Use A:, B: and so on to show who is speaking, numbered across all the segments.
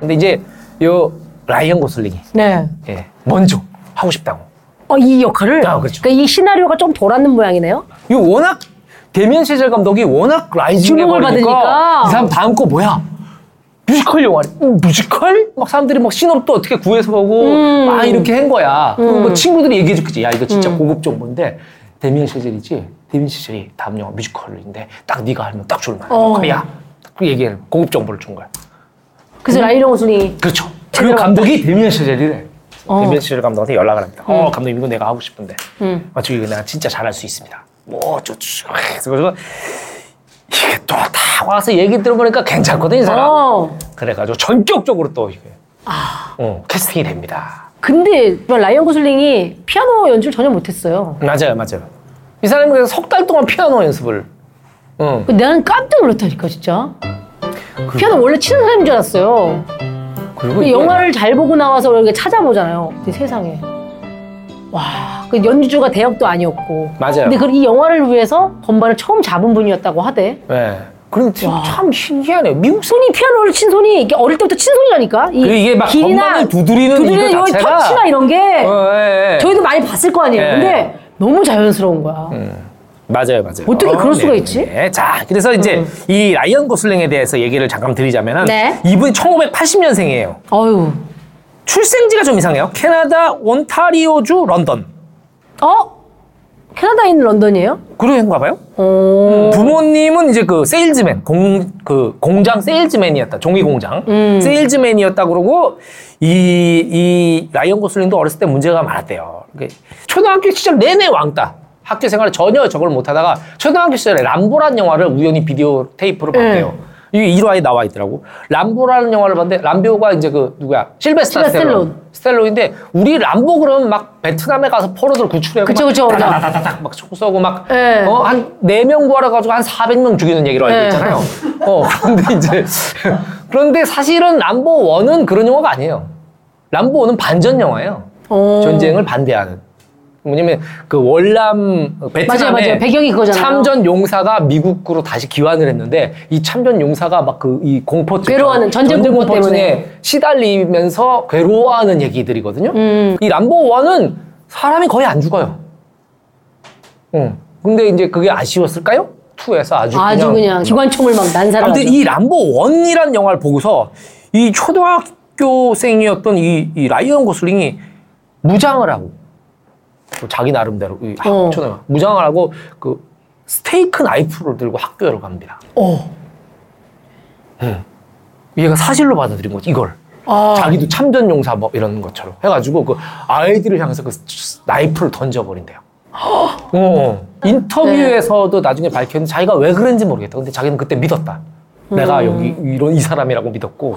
A: 근데 이제 요 라이언 고슬링이
B: 네.
A: 예, 먼저 하고 싶다고.
B: 어, 이 역할을?
A: 아, 그렇죠.
B: 그러니까 이 시나리오가 좀 돌았는 모양이네요.
A: 이 워낙 대면시절 감독이 워낙 라이징
B: 주목을 받으니까.
A: 해버리니까 이 사람 다음 거 뭐야? 뮤지컬 영화 음, 뮤지컬? 막 사람들이 막 신업도 어떻게 구해서 보고
B: 음.
A: 막 이렇게 한 거야. 그리고 뭐 친구들이 얘기해 줬겠지. 야 이거 진짜 고급 정보인데 데미안 시절이지. 데미안 시절이 다음 영화 뮤지컬인데 딱 네가 하면 딱 줄만.
B: 어.
A: 어. 야, 그 얘기를 고급 정보를 준 거야.
B: 그래서
A: 음.
B: 라이언 고슬링이
A: 그렇죠.
B: 제대로
A: 그 감독이 데미안 시절이래.
B: 어. 음.
A: 데미안 시절 감독한테 연락을 합니다. 어 감독님 이거 내가 하고 싶은데. 아, 저 이거 내가 진짜 잘할 수 있습니다. 뭐 어쩌지. 그래서 이게 또 다 와서 얘기 들어보니까 괜찮거든 이 사람.
B: 어. 아.
A: 그래가지고 전격적으로 또 이게 어, 캐스팅이 됩니다.
B: 근데 라이언 고슬링이 피아노 연주를 전혀 못했어요.
A: 맞아요, 맞아요. 이 사람이 그래서 석 달 동안 피아노 연습을. 응.
B: 나는 깜짝 놀랐다니까 진짜. 피아노 원래 치는 사람인 줄 알았어요.
A: 그 그리고 뭐-
B: 근데
A: 이게
B: 영화를 잘 보고 나와서 이렇게 찾아보잖아요. 근데 세상에. 와, 그 연주주가 대역도 아니었고.
A: 맞아요.
B: 근데 그 이 영화를 위해서 건반을 처음 잡은 분이었다고 하대.
A: 네. 그리고 참, 참 신기하네요. 미국 사-
B: 손이 피아노를 친 손이 이게 어릴 때부터 친 손이라니까. 이
A: 그리고 이게 막
B: 길이나
A: 건반을 두드리는
B: 두드리는
A: 이거
B: 요
A: 자체가-
B: 터치나 이런 게
A: 어, 예, 예.
B: 네. 저희도 많이 봤을 거 아니에요.
A: 예.
B: 근데 너무 자연스러운 거야.
A: 음. 맞아요, 맞아요.
B: 어떻게 그럴 수가
A: 네,
B: 있지? 음.
A: 네, 네. 자, 그래서 이제 이 라이언 고슬링에 대해서 얘기를 잠깐 드리자면은
B: 네.
A: 이분이 1980년생이에요.
B: 어휴.
A: 출생지가 좀 이상해요. 캐나다 온타리오주 런던.
B: 어? 캐나다인 런던이에요?
A: 그런가 봐요.
B: 어.
A: 부모님은 이제 그 세일즈맨, 공, 그 공장 세일즈맨이었다. 종이 공장. 세일즈맨이었다 그러고 이, 이 라이언 고슬링도 어렸을 때 문제가 많았대요. 이게 초등학교 시절 내내 왕따. 학교 생활을 전혀 적응을 못 하다가 초등학교 시절에 람보란 영화를 우연히 비디오 테이프로 봤대요. 이게 일화에 나와 있더라고. 람보라는 영화를 봤는데 람비오가 이제 그 누구야? 실베스타
B: 실베스탈론.
A: 스텔론. 스텔로인데 우리 람보 그러면 막 베트남에 가서 포로들 구출하고
B: 그쵸,
A: 막
B: 그쵸, 그쵸.
A: 다다다닥 막 어? 쏘고
B: 예.
A: 막어한네명 구하러 가지고 한 400명 죽이는 얘기로 알고
B: 예.
A: 있잖아요. 어 그런데 이제 그런데 사실은 람보 원은 그런 영화가 아니에요. 람보 원은 반전 영화예요.
B: 어.
A: 전쟁을 반대하는. 뭐냐면 그 월남 그 베트남에
B: 맞아요, 맞아요. 배경이 그거잖아요.
A: 참전 용사가 미국으로 다시 귀환을 했는데 이 참전 용사가 막 그 이 공포증
B: 괴로워하는, 전쟁 공포 때문에.
A: 시달리면서 괴로워하는 얘기들이거든요.
B: 음.
A: 이 람보 원은 사람이 거의 안 죽어요. 응. 근데 이제 그게 아쉬웠을까요? 투에서 아주,
B: 아주 그냥 기관총을 막 난사를
A: 아무튼
B: 하죠.
A: 이 람보 원이란 영화를 보고서 이 초등학교생이었던 이, 이 라이언 고슬링이 무장을 하고 또 자기 나름대로 이 학-
B: 어.
A: 초등학- 무장을 하고 그 스테이크 나이프를 들고 학교로 갑니다. 예.
B: 어.
A: 얘가 사실로 받아들인 거지 이걸.
B: 아.
A: 자기도 참전 용사 뭐 이런 것처럼 해가지고 그 아이들을 향해서 그 나이프를 던져버린대요. 어. 인터뷰에서도 나중에 밝혔는데 자기가 왜 그런지 모르겠다. 근데 자기는 그때 믿었다. 내가 여기 이런 이 사람이라고 믿었고.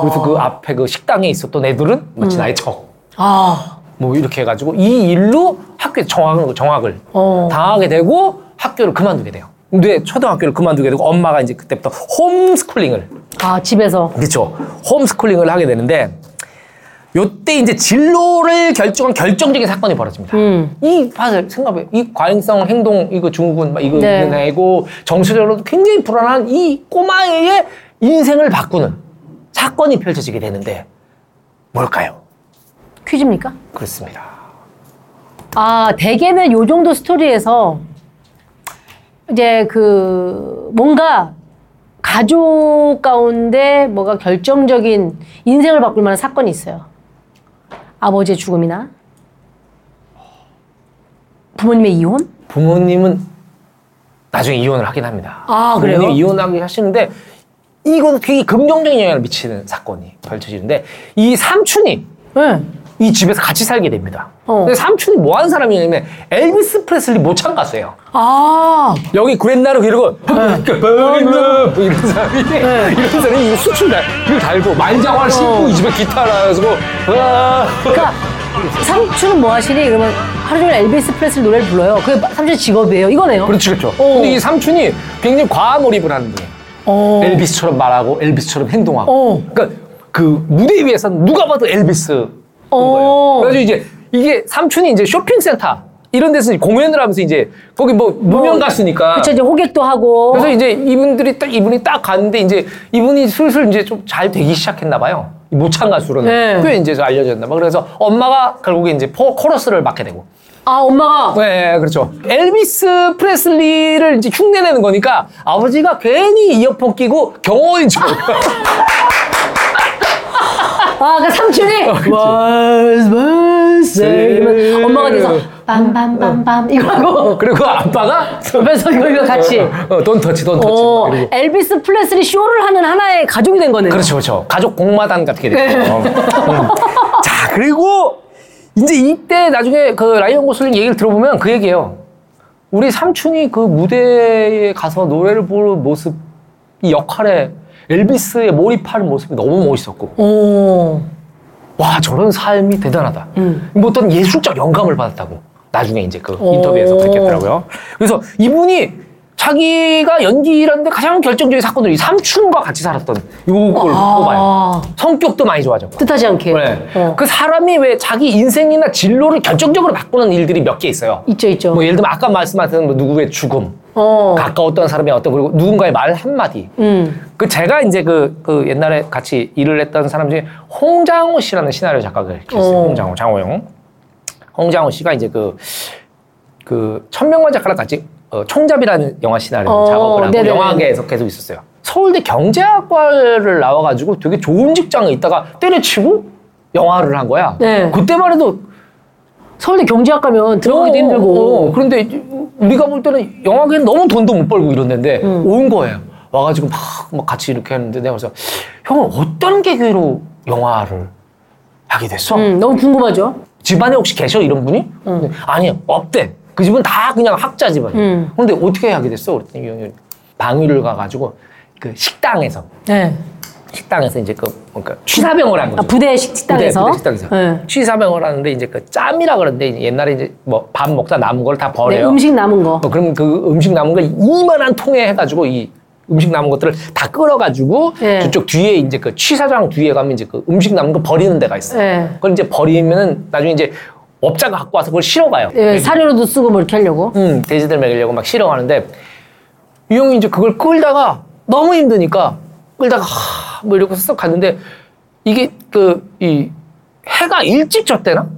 A: 그래서 그 앞에 그 식당에 있었던 애들은 마치 나의 적.
B: 아.
A: 뭐 이렇게 해가지고 이 일로 학교에 정학을, 정학을
B: 어.
A: 당하게 되고 학교를 그만두게 돼요. 근데 초등학교를 그만두게 되고 엄마가 이제 그때부터 홈스쿨링을
B: 아, 집에서.
A: 그렇죠. 홈스쿨링을 하게 되는데 요때 이제 진로를 결정한 결정적인 사건이 벌어집니다.
B: 음.
A: 이 사실 생각해 이 과잉성 행동 이거 증후군 막 이거
B: 네.
A: 있는 애고 정서적으로도 굉장히 불안한 이 꼬마의 인생을 바꾸는 사건이 펼쳐지게 되는데 뭘까요?
B: 퀴즈입니까?
A: 그렇습니다.
B: 아, 대개는 요 정도 스토리에서 이제 그 뭔가 가족 가운데 뭐가 결정적인 인생을 바꿀 만한 사건이 있어요. 아버지의 죽음이나 부모님의 이혼?
A: 부모님은 나중에 이혼을 하긴 합니다.
B: 아, 그래요?
A: 부모님이 이혼하기 하시는데 이건 되게 긍정적인 영향을 미치는 사건이 펼쳐지는데 이 삼촌이
B: 네.
A: 이 이 집에서 같이 살게 됩니다.
B: 어.
A: 근데 삼촌이 뭐 하는 사람이냐면 엘비스 프레슬리 모창 가수예요.
B: 아,
A: 여기 그랬나로 이러고
B: 네.
A: 이런 사람이 이런 사람이 이거 수출 달 이거 달고
B: 어.
A: 만장화를 신고 이 집에 기타를 가지고 아.
B: 그러니까 삼촌은 뭐 하시니? 그러면 하루 종일 엘비스 프레슬 노래를 불러요. 그게 삼촌 직업이에요. 이거네요.
A: 그렇지 그렇죠.
B: 어.
A: 근데 이 삼촌이 굉장히 과몰입을 하는 분이에요.
B: 어.
A: 엘비스처럼 말하고 엘비스처럼 행동하고.
B: 어.
A: 그러니까 그 무대 위에선 누가 봐도 엘비스
B: 어.
A: 거예요. 그래서 이제 이게 삼촌이 이제 쇼핑센터 이런 데서 이제 공연을 하면서 이제 거기 뭐 무명 가수니까.
B: 그쵸, 이제 호객도 하고.
A: 그래서 이제 이분들이 딱 이분이 딱 갔는데 이제 이분이 슬슬 이제 좀 잘 되기 시작했나 봐요. 이 모창 가수로는
B: 네.
A: 꽤 이제 알려졌나 봐. 그래서 엄마가 결국에 이제 포- 코러스를 맡게 되고.
B: 아, 엄마가.
A: 네, 그렇죠. 엘비스 프레슬리를 이제 흉내내는 거니까 아버지가 괜히 이어폰 끼고 경호인 척.
B: 아, 그러니까 삼촌이.
A: 어. Was my
B: 네, 이러면 엄마가 뒤에서 빰빰빰빰 이거 하고.
A: 그리고 아빠가
B: 옆에서 이거, 이거 같이.
A: 어, 돈 터치, 돈 터치.
B: 어,
A: 그리고
B: 엘비스 플레슬이 쇼를 하는 네. 하나의 가족이 된 거네요.
A: 그렇죠, 그렇죠. 가족 공마단 같은 게 됐죠. 음. 자, 그리고 이제 이때 나중에 그 라이언 고슬링 얘기를 들어보면 그 얘기예요. 우리 삼촌이 그 무대에 가서 노래를 부르는 모습, 이 역할에 엘비스에 몰입하는 모습이 너무 멋있었고,
B: 오.
A: 와, 저런 삶이 대단하다.
B: 음.
A: 뭐 어떤 예술적 영감을 받았다고. 나중에 이제 그
B: 오.
A: 인터뷰에서 그랬겠더라고요. 그래서 이분이 자기가 연기라는데 가장 결정적인 사건들이 삼촌과 같이 살았던 요걸 뽑아요.
B: 아,
A: 성격도 많이 좋아졌고.
B: 뜻하지 않게.
A: 네.
B: 어.
A: 그 사람이 왜 자기 인생이나 진로를 결정적으로 바꾸는 일들이 몇 개 있어요.
B: 있죠, 있죠.
A: 뭐 예를 들면 아까 말씀하셨던 뭐 누구의 죽음,
B: 어.
A: 가까웠던 사람의 어떤 그리고 누군가의 말 한마디.
B: 음.
A: 그 제가 이제 그, 그 옛날에 같이 일을 했던 사람 중에 홍장호 씨라는 시나리오 작가가 있어요.
B: 어.
A: 홍장호, 장호영. 홍장호 씨가 이제 그, 그 천명만 작가랑 같이 어, 총잡이라는 영화 시나리오
B: 어,
A: 작업을 하고
B: 네네.
A: 영화계에서 계속 있었어요. 서울대 경제학과를 나와가지고 되게 좋은 직장에 있다가 때려치고 영화를 한 거야.
B: 네.
A: 그때만 해도
B: 서울대 경제학과면 들어가기도
A: 어,
B: 힘들고.
A: 어, 그런데 이- 우리가 볼 때는 영화계는 너무 돈도 못 벌고 이런 데인데
B: 음.
A: 온 거예요. 와가지고 막, 막 같이 이렇게 했는데 내가 그래서 형은 어떤 계기로 영화를 하게 됐어?
B: 음, 너무 궁금하죠?
A: 집안에 혹시 계셔 이런 분이? 근데 아니요 없대. 그 집은 다 그냥 학자 집안이에요.
B: 음.
A: 근데 어떻게 하게 됐어? 그랬더니 이 형이 방위를 가가지고 그 식당에서
B: 네.
A: 식당에서 이제 그 뭔가 취사병을 한 거죠.
B: 아, 부대 식- 식당에서.
A: 부대, 부대 식당에서
B: 네.
A: 취사병을 하는데 이제 그 짬이라 그러는데 이제 옛날에 이제 뭐 밥 먹다 남은 걸 다
B: 네,
A: 버려요.
B: 음식 남은 거.
A: 어, 그럼 그 음식 남은 걸 이만한 통에 해가지고 이 음식 남은 것들을 다 끌어가지고
B: 예.
A: 저쪽 뒤에 이제 그 취사장 뒤에 가면 이제 그 음식 남은 거 버리는 데가 있어요.
B: 예.
A: 그걸 이제 버리면은 나중에 이제 업자가 갖고 와서 그걸 실어가요.
B: 예, 사료로도 쓰고 뭐 이렇게 하려고.
A: 음, 돼지들 먹이려고 막 실어가는데 이 형이 이제 그걸 끌다가 너무 힘드니까 끌다가 하, 뭐 이러고 쓱 갔는데 이게 그 이 해가 일찍 졌대나?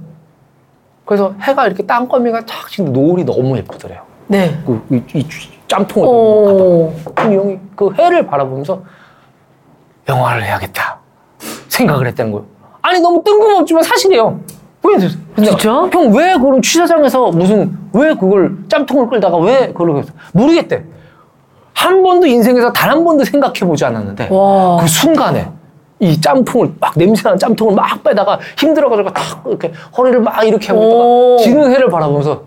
A: 그래서 해가 이렇게 땅거미가 착 지금 노을이 너무 예쁘더래요.
B: 네.
A: 그, 이, 이 짬통을
B: 어. 오.
A: 이 형이 그 해를 바라보면서 영화를 해야겠다 생각을 했다는 거예요. 아니 너무 뜬금없지만 사실이에요. 왜 그랬어요? 근데
B: 진짜?
A: 형왜 그런 취사장에서 무슨 왜 그걸 짬통을 끌다가 왜 그걸 했어? 모르겠대. 한 번도 인생에서 단 한 번도 생각해 보지 않았는데
B: 와.
A: 그 순간에 이 짬통을 막 냄새나는 짬통을 막 빼다가 힘들어가지고 탁 이렇게 허리를 막 이렇게 하고
B: 오.
A: 있다가 지는 해를 바라보면서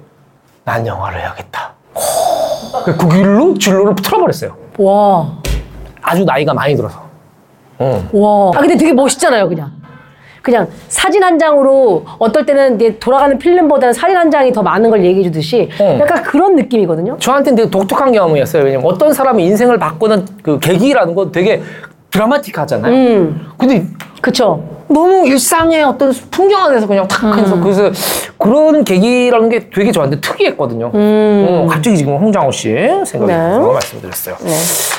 A: 난 영화를 해야겠다. 그 길로 진로를 틀어버렸어요.
B: 와.
A: 아주 나이가 많이 들어서. 응.
B: 와. 아, 근데 되게 멋있잖아요, 그냥. 그냥 사진 한 장으로 어떨 때는 이게 돌아가는 필름보다는 사진 한 장이 더 많은 걸 얘기해 주듯이
A: 응.
B: 약간 그런 느낌이거든요.
A: 저한테는 되게 독특한 경험이었어요. 왜냐면 어떤 사람이 인생을 바꾸는 그 계기라는 건 되게 드라마틱하잖아요.
B: 음.
A: 근데
B: 그쵸.
A: 너무 일상의 어떤 풍경 안에서 그냥 탁
B: 음.
A: 해서 그래서 그런 계기라는 게 되게 저한테 특이했거든요. 어, 갑자기 지금 홍장호 씨 생각이
B: 음. 네.
A: 나서 말씀드렸어요.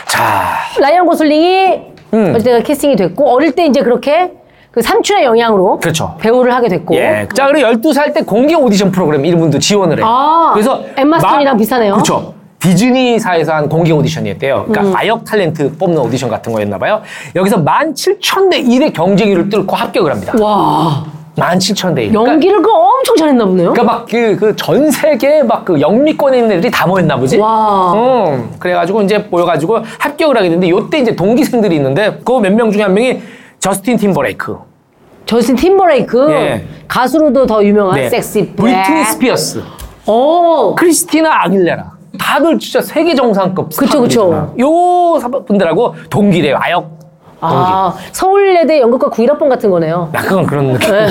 A: 자,
B: 라이언 고슬링이
A: 음.
B: 어릴 때 캐스팅이 됐고, 어릴 때 이제 그렇게 그 삼촌의 영향으로
A: 그렇죠.
B: 배우를 하게 됐고.
A: 예. 자, 그리고 12살 때 공개 오디션 프로그램 이분도 지원을 해요.
B: 아, 엠마 스톤이랑 비슷하네요.
A: 그렇죠. 디즈니사에서 한 공개 오디션이었대요. 그러니까
B: 음.
A: 아역 탤런트 뽑는 오디션 같은 거였나 봐요. 여기서 17,000대 1의 경쟁률을 뚫고 합격을 합니다.
B: 와.
A: 17,000대 1.
B: 연기를 그 엄청 잘했나 보네요.
A: 그러니까 막 그 그 전 세계 막 그 영미권에 있는 애들이 다 모였나 보지.
B: 와.
A: 음, 그래가지고 이제 모여가지고 합격을 하게 됐는데 요때 이제 동기생들이 있는데 그 몇 명 중에 한 명이 저스틴 팀버레이크.
B: 저스틴 팀버레이크
A: 예.
B: 가수로도 더 유명한 아, 섹시 블랙.
A: 네. 브리트니 스피어스,
B: 어.
A: 크리스티나 아길레라. 다들 진짜 세계 정상급
B: 그쵸, 그쵸.
A: 스타들이잖아. 요 사- 분들하고 동기래요. 아역
B: 아 서울예대 연극과 91학번 같은 거네요.
A: 약간 그런 느낌. 네.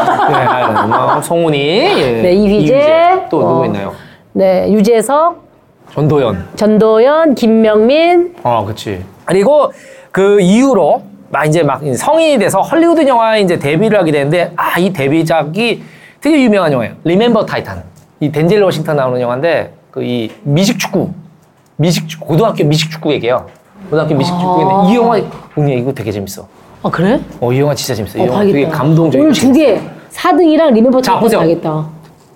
A: 아유, 뭐, 성훈이. 예.
B: 네 이휘재
A: 또
B: 어,
A: 누구 있나요?
B: 네 유재석,
A: 전도연.
B: 전도연, 김명민.
A: 어, 그치. 그리고 그 이후로 막 이제 막 성인이 돼서 헐리우드 영화에 이제 데뷔를 하게 되는데 아, 이 데뷔작이 되게 유명한 영화예요. 리멤버 타이탄. 이 덴젤 워싱턴 나오는 영화인데 그 이 미식축구. 미식축구. 고등학교 미식축구 얘기예요. 고등학교 미식축구 얘기인데 이 영화 굉장히 이거 되게 재밌어.
B: 아 그래?
A: 어, 이 영화 진짜 재밌어. 이
B: 어,
A: 영화
B: 봐야겠다.
A: 되게 감동적이고
B: 오늘 두 개. 4등이랑 리멤버
A: 자,
B: 타이탄
A: 보세요.
B: 봐야겠다.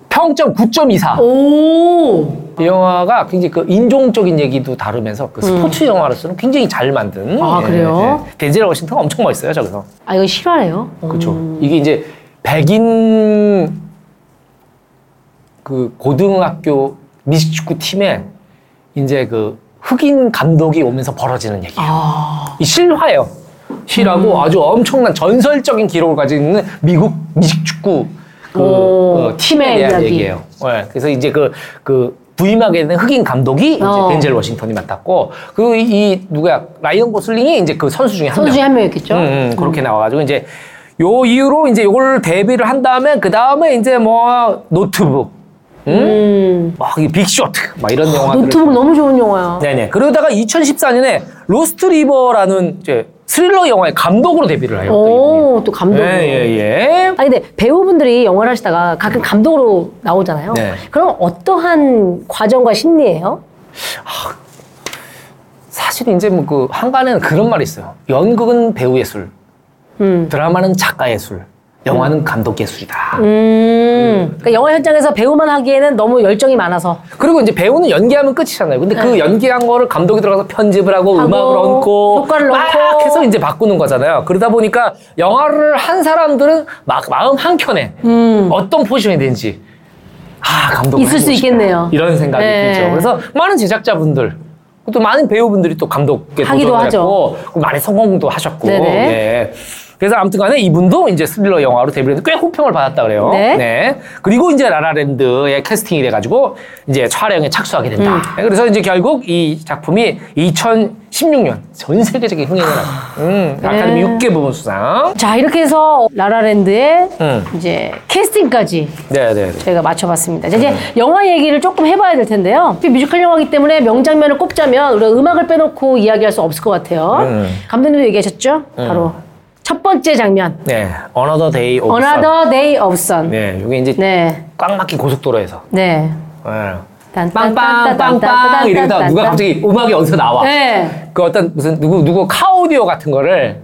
A: 평점 9.24.
B: 어. 오.
A: 이 영화가 굉장히 그 인종적인 얘기도 다루면서 그 스포츠 영화로서는 굉장히 잘 만든.
B: 음. 아, 그래요?
A: 예. 덴젤 워싱턴 엄청 멋있어요, 저기서.
B: 아 이건 실화예요. 어.
A: 그렇죠. 이게 이제 백인 그 고등학교 미식축구 팀에 이제 그 흑인 감독이 오면서 벌어지는
B: 아.
A: 얘기예요. 이 실화예요. 실하고
B: 음.
A: 아주 엄청난 전설적인 기록을 가지고 있는 미국 미식축구 그,
B: 오,
A: 그 팀에
B: 팀의
A: 대한
B: 이야기.
A: 얘기. 예요 네, 그래서 이제 그, 그 부임하게 된 흑인 감독이 이제
B: 어.
A: 덴젤 워싱턴이 맡았고 그 이 누구야 라이언 고슬링이 이제 그 선수 중에 한
B: 선수
A: 명.
B: 중에 한 명이었겠죠.
A: 음, 음, 그렇게 나와가지고 이제 요 이후로 이제 요걸 데뷔를 한 다음에 그 다음에 이제 뭐 노트북,
B: 음. 아,
A: 막이 빅쇼트, 막 이런 영화들.
B: 노트북 너무 좋은 영화야.
A: 네네. 그러다가 2014년에 로스트 리버라는 이제 스릴러 영화의 감독으로 데뷔를 해요. 또
B: 오, 또
A: 이분이.
B: 감독.
A: 네, 예, 예, 예.
B: 아니 근데 배우분들이 영화를 하시다가 가끔 감독으로 나오잖아요.
A: 네.
B: 그럼 어떠한 과정과 심리예요?
A: 사실 이제 뭐 그 한간에는 그런 말이 있어요. 연극은 배우 예술,
B: 음.
A: 드라마는 작가 예술, 영화는 감독 예술이다.
B: 음. 그러니까 영화 현장에서 배우만 하기에는 너무 열정이 많아서.
A: 그리고 이제 배우는 연기하면 끝이잖아요. 근데 그 연기한 거를 감독이 들어가서 편집을 하고,
B: 네. 하고,
A: 음악을 얹고
B: 효과를
A: 막
B: 넣고.
A: 해서 이제 바꾸는 거잖아요. 그러다 보니까 영화를 한 사람들은 막 마음 한 켠에 어떤 포지션이 되는지 아 감독
B: 있을 수 있겠네요.
A: 이런 생각이
B: 네.
A: 들죠. 그래서 많은 제작자분들 또 많은 배우분들이 또 감독에
B: 하기도
A: 도전을
B: 하죠.
A: 했고 그리고 많이 성공도 하셨고
B: 네네.
A: 예. 그래서 아무튼간에 이분도 이제 스릴러 영화로 데뷔를 했는데 꽤 호평을 받았다 그래요.
B: 네.
A: 네. 그리고 이제 라라랜드에 캐스팅이 돼가지고 이제 촬영에 착수하게 된다.
B: 음.
A: 네, 그래서 이제 결국 이 작품이 2016년 전 세계적인 흥행을 하고 음, 아카데미
B: 네.
A: 6개 부분 수상.
B: 자 이렇게 해서 라라랜드의
A: 음.
B: 이제 캐스팅까지
A: 네, 네, 네.
B: 저희가 맞춰봤습니다. 자, 이제 영화 얘기를 조금 해봐야 될 텐데요. 특히 뮤지컬 영화이기 때문에 명장면을 꼽자면 우리가 음악을 빼놓고 이야기할 수 없을 것 같아요.
A: 음.
B: 감독님도 얘기하셨죠? 바로 첫 번째 장면.
A: 네, Another Day of Sun.
B: Another Day of Sun.
A: 네, 이게 이제
B: 네.
A: 꽉 막힌 고속도로에서.
B: 네.
A: 예.
B: 딴, 딴, 딴, 딴, 딴, 딴,
A: 빵빵빵빵 이러다
B: 딴,
A: 누가
B: 딴.
A: 갑자기 음악이 어디서 나와.
B: 네.
A: 그 어떤 무슨 누구 누구 카오디오 같은 거를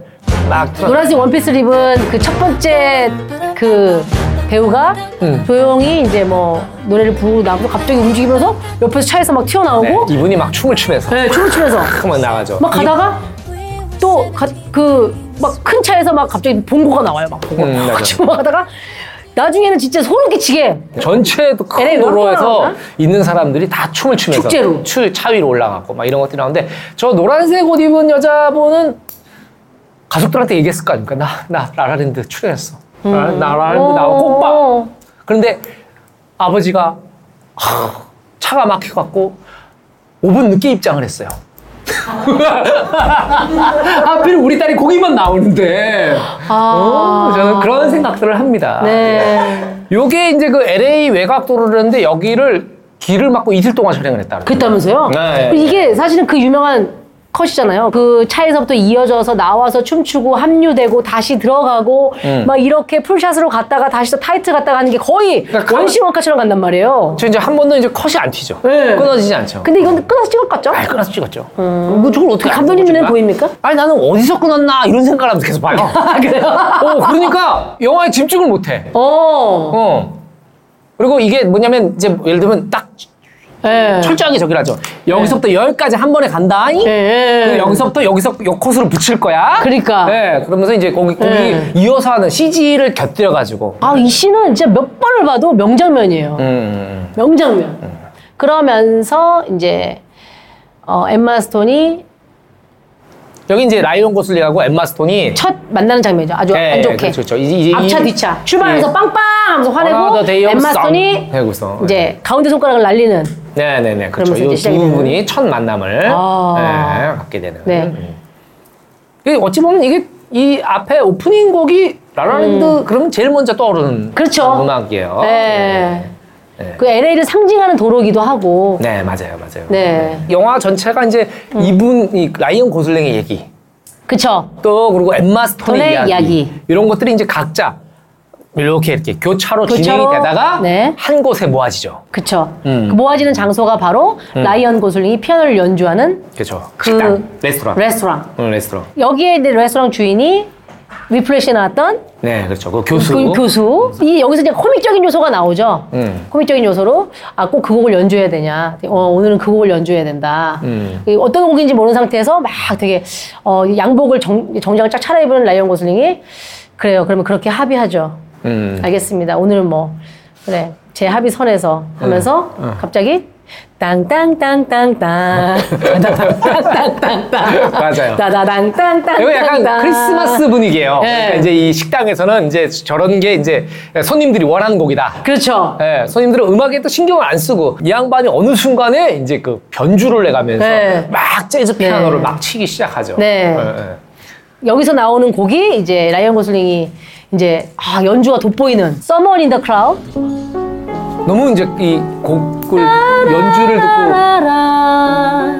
A: 막 틀어.
B: 노란색 원피스를 입은 그 첫 번째 그 배우가 조용히 이제 뭐 노래를 부르고 나고 갑자기 움직이면서 옆에서 차에서 막
A: 네,
B: 튀어나오고
A: 이분이 막 춤을 추면서
B: 네, 춤을 추면서
A: 막 나가죠.
B: 막 가다가 또 그 막 큰 차에서 막 갑자기 봉고가 나와요. 막 봉고.
A: 음, 맞아.
B: 지금 막 가다가 나중에는 진짜 소름 끼치게
A: 전체 큰
B: LA
A: 도로에서
B: 락커라나?
A: 있는 사람들이 다 춤을 추면서
B: 축제로.
A: 출, 차 위로 올라갔고 막 이런 것들이 나오는데 저 노란색 옷 입은 여자분은 가족들한테 얘기했을 거 아닙니까? 나, 나 라라랜드 출연했어.
B: 음.
A: 나, 나 라라랜드 나오고 오빠!
B: 어.
A: 그런데 아버지가 하, 차가 막혀갖고 5분 늦게 입장을 했어요. 하필 우리 딸이 거기만 나오는데
B: 아.
A: 어, 저는 그런 생각들을 합니다.
B: 네.
A: 요게 이제 그 LA 외곽도로라는데 여기를 길을 막고 이틀 동안 촬영을 했다.
B: 그랬다면서요?
A: 네.
B: 이게 사실은 그 유명한 컷이잖아요. 그 차에서부터 이어져서 나와서 춤추고 합류되고 다시 들어가고
A: 음.
B: 막 이렇게 풀샷으로 갔다가 다시 또 타이트 갔다가 하는 게 거의
A: 그러니까
B: 원시원카처럼 간단 말이에요.
A: 저 이제 한 번도 이제 컷이 안 튀죠.
B: 네.
A: 끊어지지 않죠.
B: 근데 이건 끊어서 찍었겠죠?
A: 아, 끊어서 그 찍었죠. 그 저걸 어떻게 알고
B: 감독님은
A: 찍을까?
B: 보입니까?
A: 아니 나는 어디서 끊었나 이런 생각을 하면서 계속 봐요.
B: 아, 그래요?
A: 어, 그러니까 영화에 집중을 못해.
B: 어.
A: 어. 그리고 이게 뭐냐면 이제 예를 들면 딱
B: 예.
A: 철저하게 저기를 하죠. 여기서부터 열까지 한 번에 간다. 잉
B: 예, 예.
A: 그리고 여기서부터 여기서 요 컷으로 붙일 거야.
B: 그러니까.
A: 네, 그러면서 이제 거기 거기
B: 네.
A: 이어서 하는 CG를 곁들여 가지고.
B: 아, 이 씬은 진짜 몇 번을 봐도 명장면이에요.
A: 음.
B: 명장면. 그러면서 이제 어, 엠마 스톤이
A: 여기 이제 라이언 고슬링하고 엠마 스톤이
B: 첫 만나는 장면이죠. 아주
A: 예,
B: 안 좋게.
A: 그렇죠, 그렇죠. 이제- 이제
B: 앞차
A: 이-
B: 뒤차 출발하면서
A: 예.
B: 빵빵 하면서
A: 하나
B: 화내고
A: 더 데이업
B: 엠마
A: 싸움.
B: 스톤이
A: 되고 있어.
B: 이제 가운데 손가락을 날리는
A: 네네네 그렇죠.
B: 그러면서 이제
A: 이
B: 시작이
A: 두
B: 되는.
A: 분이 첫 만남을
B: 아.
A: 네, 갖게 되는.
B: 네.
A: 음. 이게 어찌 보면 이게 이 앞에 오프닝 곡이 라라랜드 그러면 제일 먼저 떠오르는
B: 음. 그렇죠.
A: 음악이에요.
B: 네.
A: 어, 네.
B: 그 LA를 상징하는 도로기도 하고
A: 네, 맞아요, 맞아요.
B: 네. 음.
A: 영화 전체가 이제 이분, 이 라이언 고슬링의 얘기,
B: 그쵸
A: 또 그리고 엠마 스톤의 이야기,
B: 스톤의 이야기.
A: 이런 것들이 이제 각자 이렇게 이렇게 교차로,
B: 교차로,
A: 진행이 되다가
B: 네.
A: 한 곳에 모아지죠.
B: 그쵸
A: 음.
B: 그 모아지는 장소가 바로 라이언 고슬링이 피아노를 연주하는
A: 그렇죠.
B: 그
A: 식당, 레스토랑,
B: 레스토랑
A: 응, 레스토랑.
B: 여기에 이제 레스토랑 주인이 위플래시에 나왔던
A: 네, 그렇죠. 그 교수.
B: 그 교수 이 여기서 이제 코믹적인 요소가 나오죠.
A: 음.
B: 코믹적인 요소로 아 꼭 그 곡을 연주해야 되냐. 어, 오늘은 그 곡을 연주해야 된다.
A: 음.
B: 이 어떤 곡인지 모르는 상태에서 막 되게 어, 양복을 정, 정장을 쫙 차려입은 라이언 고슬링이 그래요. 그러면 그렇게 합의하죠.
A: 음.
B: 알겠습니다. 오늘은 뭐 그래 제 합의 선에서 하면서
A: 음. 어.
B: 갑자기 땅땅땅땅땅 땅땅땅땅땅
A: 맞아요.
B: 따다당땅땅땅
A: 이거 약간 크리스마스 분위기예요.
B: 예.
A: 그러니까 이제 이 식당에서는 이제 저런 게 이제 손님들이 원하는 곡이다.
B: 그렇죠.
A: 예, 손님들은 음악에 또 신경을 안 쓰고 이 양반이 어느 순간에 이제 그 변주를 내가면서
B: 네.
A: 막 재즈 피아노를
B: 네.
A: 막 치기 시작하죠.
B: 네.
A: 예, 예.
B: 여기서 나오는 곡이 이제 라이언 고슬링이 이제 아, 연주가 돋보이는 Someone in the Crowd
A: 너무 이제 이 곡을 연주를 듣고
B: 따라라,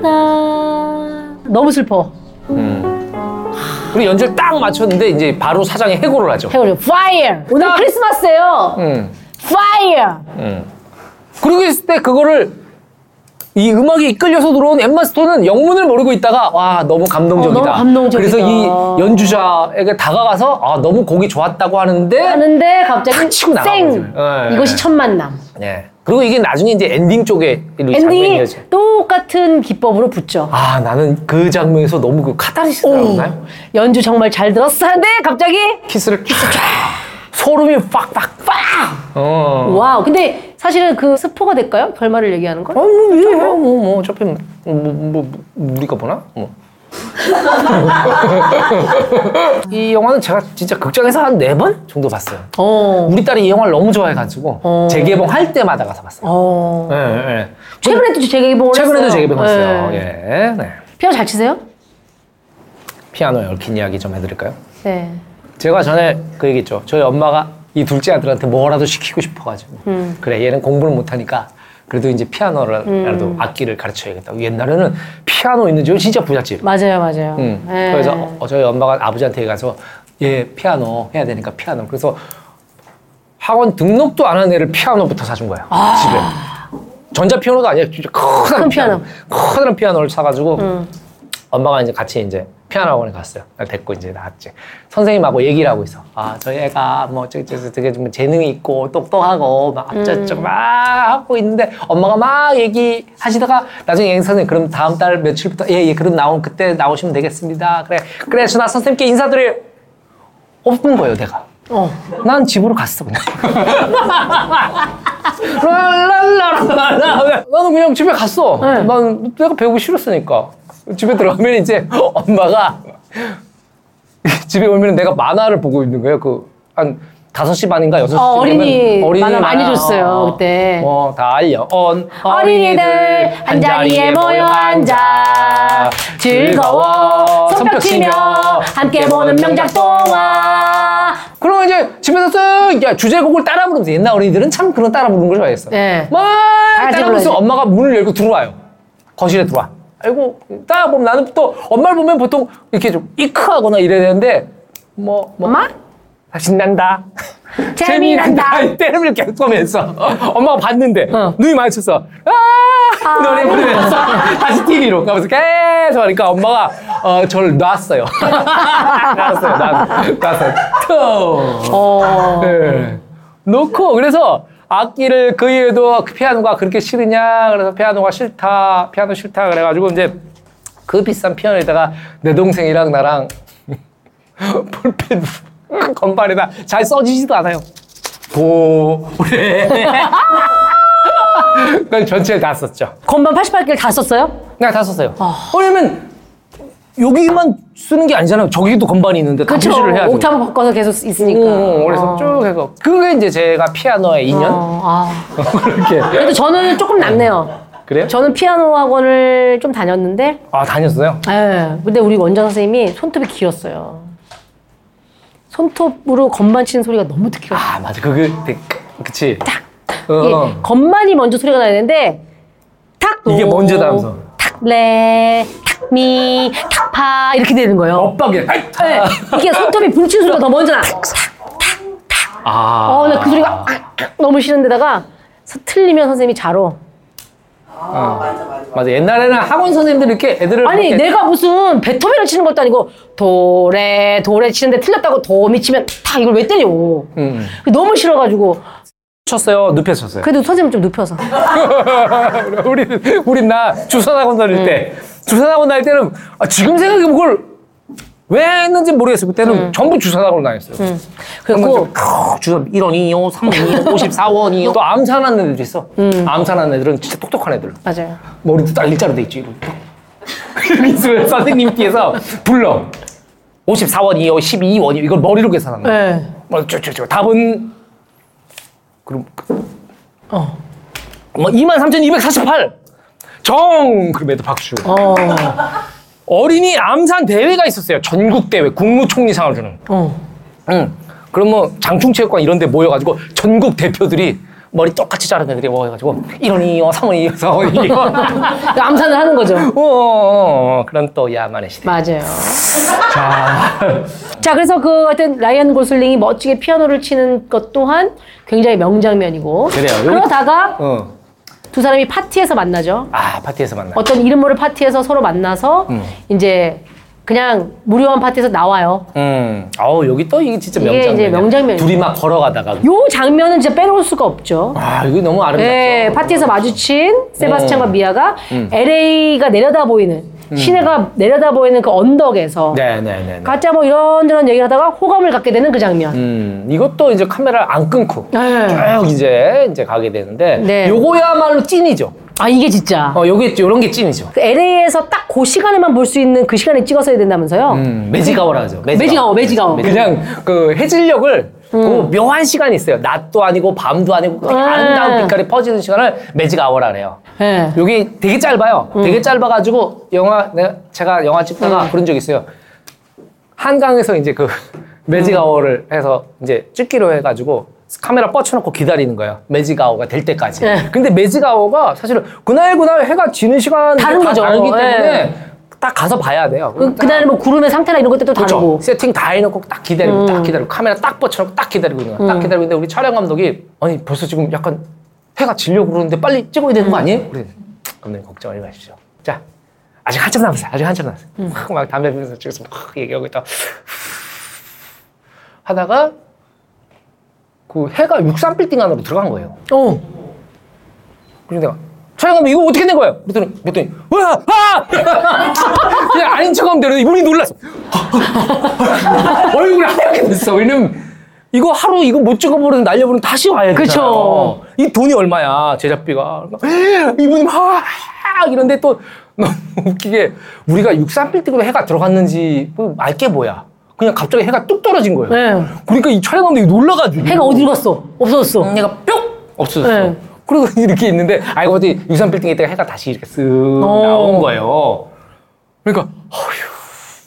B: 따다다다다. 너무 슬퍼.
A: 그리고 연주를 딱 맞췄는데 이제 바로 사장이 해고를 하죠.
B: 태우려 Fire. 오늘 크리스마스예요.
A: 음.
B: Fire.
A: 그러고 있을 때 그거를 이 음악에 이끌려서 들어온 엠마 스톤은 영문을 모르고 있다가 와 너무 감동적이다.
B: 어, 너무 감동적이다.
A: 그래서 이 연주자에게 다가가서 아 너무 곡이 좋았다고 하는데
B: 하는데 갑자기
A: 탁 치고 나가버리죠.
B: 생
A: 예, 예.
B: 이것이 첫 만남.
A: 네. 그리고 이게 나중에 이제 엔딩 쪽에 장면이
B: 엔딩이
A: 이어져.
B: 똑같은 기법으로 붙죠.
A: 아 나는 그 장면에서 너무 그 카타르시스 나왔나요?
B: 연주 정말 잘 들었어. 하는데 갑자기
A: 키스를 촤- 소름이 빡빡 빡. 어.
B: 와우. 근데 사실은 그 스포가 될까요? 결말을 얘기하는 걸?
A: 아, 뭐, 어뭐뭐뭐 어차피 뭐, 뭐, 뭐 우리가 보나? 뭐. 이 영화는 제가 진짜 극장에서 한 네 번 정도 봤어요.
B: 어.
A: 우리 딸이 이 영화를 너무 좋아해가지고
B: 어.
A: 재개봉할 때마다 가서 봤어요.
B: 어.
A: 예, 예.
B: 최근에도 재개봉을
A: 최근에도
B: 했어요.
A: 재개봉했어요.
B: 네.
A: 예, 네.
B: 피아노 잘 치세요?
A: 피아노에 얽힌 이야기 좀 해드릴까요?
B: 네.
A: 제가 전에 그 얘기했죠. 저희 엄마가 이 둘째 아들한테 뭐라도 시키고 싶어가지고 그래 얘는 공부를 못하니까 그래도 이제 피아노라도 악기를 가르쳐야겠다고 옛날에는 피아노 있는 집은 진짜 부잣집.
B: 맞아요, 맞아요.
A: 음.
B: 네.
A: 그래서 어, 저희 엄마가 아버지한테 가서 얘 피아노 해야 되니까 피아노. 그래서 학원 등록도 안 한 애를 피아노부터 사준 거예요. 집에. 전자 피아노도 아니에요. 진짜
B: 큰
A: 커다란
B: 피아노.
A: 피아노.
B: 음.
A: 커다란 피아노를 사가지고 엄마가 이제 같이 이제 피아노 학원에 갔어요. 나 데리고 이제 나왔지. 선생님하고 얘기를 하고 있어. 아, 저희 애가 뭐 어쩌고저쩌고 되게 좀 재능이 있고 똑똑하고 막
B: 음.
A: 어쩌고저쩌고 막 하고 있는데 엄마가 막 얘기하시다가 나중에 얘기 선생님 그럼 다음 달 며칠부터 예, 예, 그럼 나온 그때 나오시면 되겠습니다. 그래. 그래, 준아 선생님께 인사드릴 없는 거예요, 내가.
B: 어.
A: 난 집으로 갔어 그냥. 랄랄랄랄라. 나는 그냥 집에 갔어.
B: 네.
A: 난 내가 배우기 싫었으니까 집에 들어가면 이제 엄마가 집에 오면 내가 만화를 보고 있는 거예요. 그 한 5시 반인가 6시
B: 어, 어린이 만화 많이 줬어요, 그때.
A: 어, 다 알려. 온
B: 어린이들 한 자리에 모여 앉아 즐거워 손뼉치며 함께 보는 명작 동화
A: 그러면 이제 집에서 쓱 야, 주제곡을 따라 부르면서 옛날 어린이들은 참 그런 따라 부르는 걸 좋아했어.
B: 예.
A: 막
B: 같이
A: 따라 부르면서
B: 불러야지.
A: 엄마가 문을 열고 들어와요. 거실에 들어와. 아이고 따라 보면 나는 또 엄마를 보면 보통 이렇게 좀 이크하거나 이래야 되는데 뭐, 뭐
B: 엄마
A: 아, 신난다.
B: 재미난다.
A: 이 때를 계속 보면서 엄마가 봤는데
B: 어.
A: 눈이 마주쳤어. 아! 노래 부르면서 다시 TV로 가면서 계속 하니까 엄마가 어, 저를 놨어요. 놨어요. 놨- 놨어요. 퉁.
B: 어.
A: 네. 놓고 그래서 악기를 그 이후에도 그 피아노가 그렇게 싫으냐 그래서 피아노가 싫다 피아노 싫다 그래가지고 이제 그 비싼 피아노에다가 내 동생이랑 나랑 볼펜 건반에다 잘 써지지도 않아요. 도, 레. 그건 전체를 다 썼죠.
B: 건반 88개를 다 썼어요?
A: 그냥 다 썼어요.
B: 아.
A: 왜냐면 여기만 쓰는 게 아니잖아요. 저기도 건반이 있는데 다
B: 그쵸.
A: 표시를 해야죠.
B: 옥타브 바꿔서 계속 쓰- 있으니까.
A: 오, 그래서 쭉 해서 그게 이제 제가 피아노의 인연
B: 어, 아.
A: 그렇게
B: 그래도 저는 조금 낫네요.
A: 그래요?
B: 저는 피아노 학원을 좀 다녔는데,
A: 아 다녔어요.
B: 예. 근데 우리 원장 선생님이 손톱이 길었어요. 손톱으로 건반 치는 소리가 너무 특해요.
A: 아 맞아 그게 되게 크- 그치.
B: 탁. 탁.
A: 어.
B: 이게 건만이 예, 먼저 소리가 나야 되는데 탁.
A: 이게
B: 노,
A: 먼저 나면서.
B: 탁 레, 탁 미, 탁 파 이렇게 되는 거예요.
A: 엇박이. 아이, 타.
B: 네. 이게 손톱이 부딪히는 소리가 더 먼저 나.
A: 아.
B: 어, 나 그 소리가 너무 싫은데다가 서- 틀리면 선생님이 자로.
A: 맞아 옛날에는 학원 선생님들 이렇게 애들을
B: 아니
A: 그렇게
B: 내가 무슨 베토벤을 치는 것도 아니고 도레 도레 치는데 틀렸다고 도미 치면 탁 이걸 왜 때려?
A: 음.
B: 너무 싫어가지고
A: 쳤어요 눕혀쳤어요.
B: 그래도 선생님 좀 눕혀서.
A: 우리 우리 나 주산학원 다닐 때
B: 음.
A: 주산학원 다닐 때는 아, 지금 생각해 보면 그걸 왜 했는지 모르겠어요. 그때는 전부 주산학원 다녔어요.
B: 음. 그리고
A: 주사 1원, 2원, 3원, 2원, 54원, 2원. 또 암산한 애들도 있어.
B: 음.
A: 암산한 애들은 진짜 똑똑한 애들.
B: 맞아요.
A: 머리도 딱 일자로 돼 있지. 이러면 선생님 뒤에서 불러. 54원, 2원, 12원. 이걸 머리로 계산하는 거야.
B: 네.
A: 뭐 쭉쭉쭉. 답은 그럼 어. 뭐 23,248. 정! 그럼 애들 박수.
B: 어.
A: 어린이 암산 대회가 있었어요. 전국 대회 국무총리상을 주는.
B: 어.
A: 응. 그럼 뭐 장충체육관 이런 데 모여가지고 전국 대표들이 머리 똑같이 자른 애들이 모여가지고 1원이요, 3원이요, 4원이요.
B: 그러니까 암산을 하는 거죠.
A: 어, 그런 또 야만의 시대.
B: 맞아요. 자. 그래서 그 하여튼 라이언 고슬링이 멋지게 피아노를 치는 것 또한 굉장히 명장면이고.
A: 그래요. 여기-
B: 그러다가
A: 어.
B: 두 사람이 파티에서 만나죠.
A: 아, 파티에서 만나.
B: 어떤 이름 모를 파티에서 서로 만나서
A: 음.
B: 이제 그냥 무료한 파티에서 나와요.
A: 음. 아우, 여기 또 이게 진짜
B: 이게
A: 명장면.
B: 이제 명장면이에요.
A: 둘이 막 걸어가다가.
B: 요 장면은 진짜 빼놓을 수가 없죠.
A: 아, 그렇죠. 이게 너무 아름답죠. 음.
B: 네, 파티에서 마주친 세바스찬과 미아가 LA가 내려다 보이는 시내가 내려다 보이는 그 언덕에서
A: 네, 네, 네. 네.
B: 가짜 뭐 이런저런 얘기를 하다가 호감을 갖게 되는 그 장면.
A: 음, 이것도 이제 카메라를 안 끊고 쭉 이제 이제 가게 되는데
B: 아, 네.
A: 요거야말로 찐이죠.
B: 아 이게 진짜
A: 어, 요게 요런 게 찐이죠.
B: LA에서 딱 그 시간에만 볼 수 있는 그 시간에 찍어서 해야 된다면서요?
A: 음, 매직아워라 하죠.
B: 매직아워, 매직아워. 음.
A: 그냥 그 해질녘을 그 묘한 시간이 있어요. 낮도 아니고 밤도 아니고 그냥
B: 아.
A: 아름다운 빛깔이 퍼지는 시간을 매직아워라 그래요.
B: 네. 음.
A: 여기 되게 짧아요. 되게 짧아가지고 영화 내가 제가 영화 찍다가 그런 적 있어요. 한강에서 이제 그
B: 음.
A: 매직아워를 해서 이제 찍기로 해가지고 카메라 뻗쳐놓고 기다리는 거예요. 매직아워가 될 때까지.
B: 네.
A: 근데 매직아워가 사실은 그날 그날 해가 지는 시간
B: 다른 거죠.
A: 다르기
B: 네.
A: 때문에 딱 가서 봐야 돼요.
B: 그, 그날은 뭐 구름의 상태나 이런 것들도
A: 음. 그렇죠.
B: 다르고.
A: 세팅 다 해놓고 딱 기다리고 딱 기다리고 카메라 딱 뻗쳐놓고 딱 기다리고 있는 거야. 딱 기다리고 있는데 우리 촬영 감독이 아니 벌써 지금 약간 해가 질려고 그러는데 빨리 찍어야 되는 거 아니에요? 그래. 감독님 걱정하지 마십시오. 자 아직 한참 남았어요. 아직 한참 남았어요. 막, 막 담배 피면서 찍어서 막 얘기하고 있다 하다가 그 해가 63빌딩 안으로 들어간 거예요.
B: 어.
A: 그래서 내가 촬영 감독 이거 어떻게 된 거예요? 그랬더니 그랬더니 뭐야? 아! 그냥 아닌 척하면 되는데 이분이 놀랐어. 얼굴이 하얗게 됐어. 왜냐면 이거 하루 이거 못 찍어버리면 날려버리면 다시 와야 되잖아.
B: 그쵸.
A: 이 돈이 얼마야 제작비가. 이분이 막 이런데 또 너무 웃기게 우리가 63빌딩으로 해가 들어갔는지 뭐 알게 뭐야. 그냥 갑자기 해가 뚝 떨어진 거예요.
B: 네.
A: 그러니까 이 촬영 감독이 놀라가지고
B: 해가 어디로 갔어? 없어졌어.
A: 얘가 뿅 없어졌어.
B: 네.
A: 그리고 이렇게 있는데 알고 봤더니 유산 빌딩에 있다가 해가 다시 이렇게 쓱
B: 어.
A: 나온 거예요. 그러니까 어휴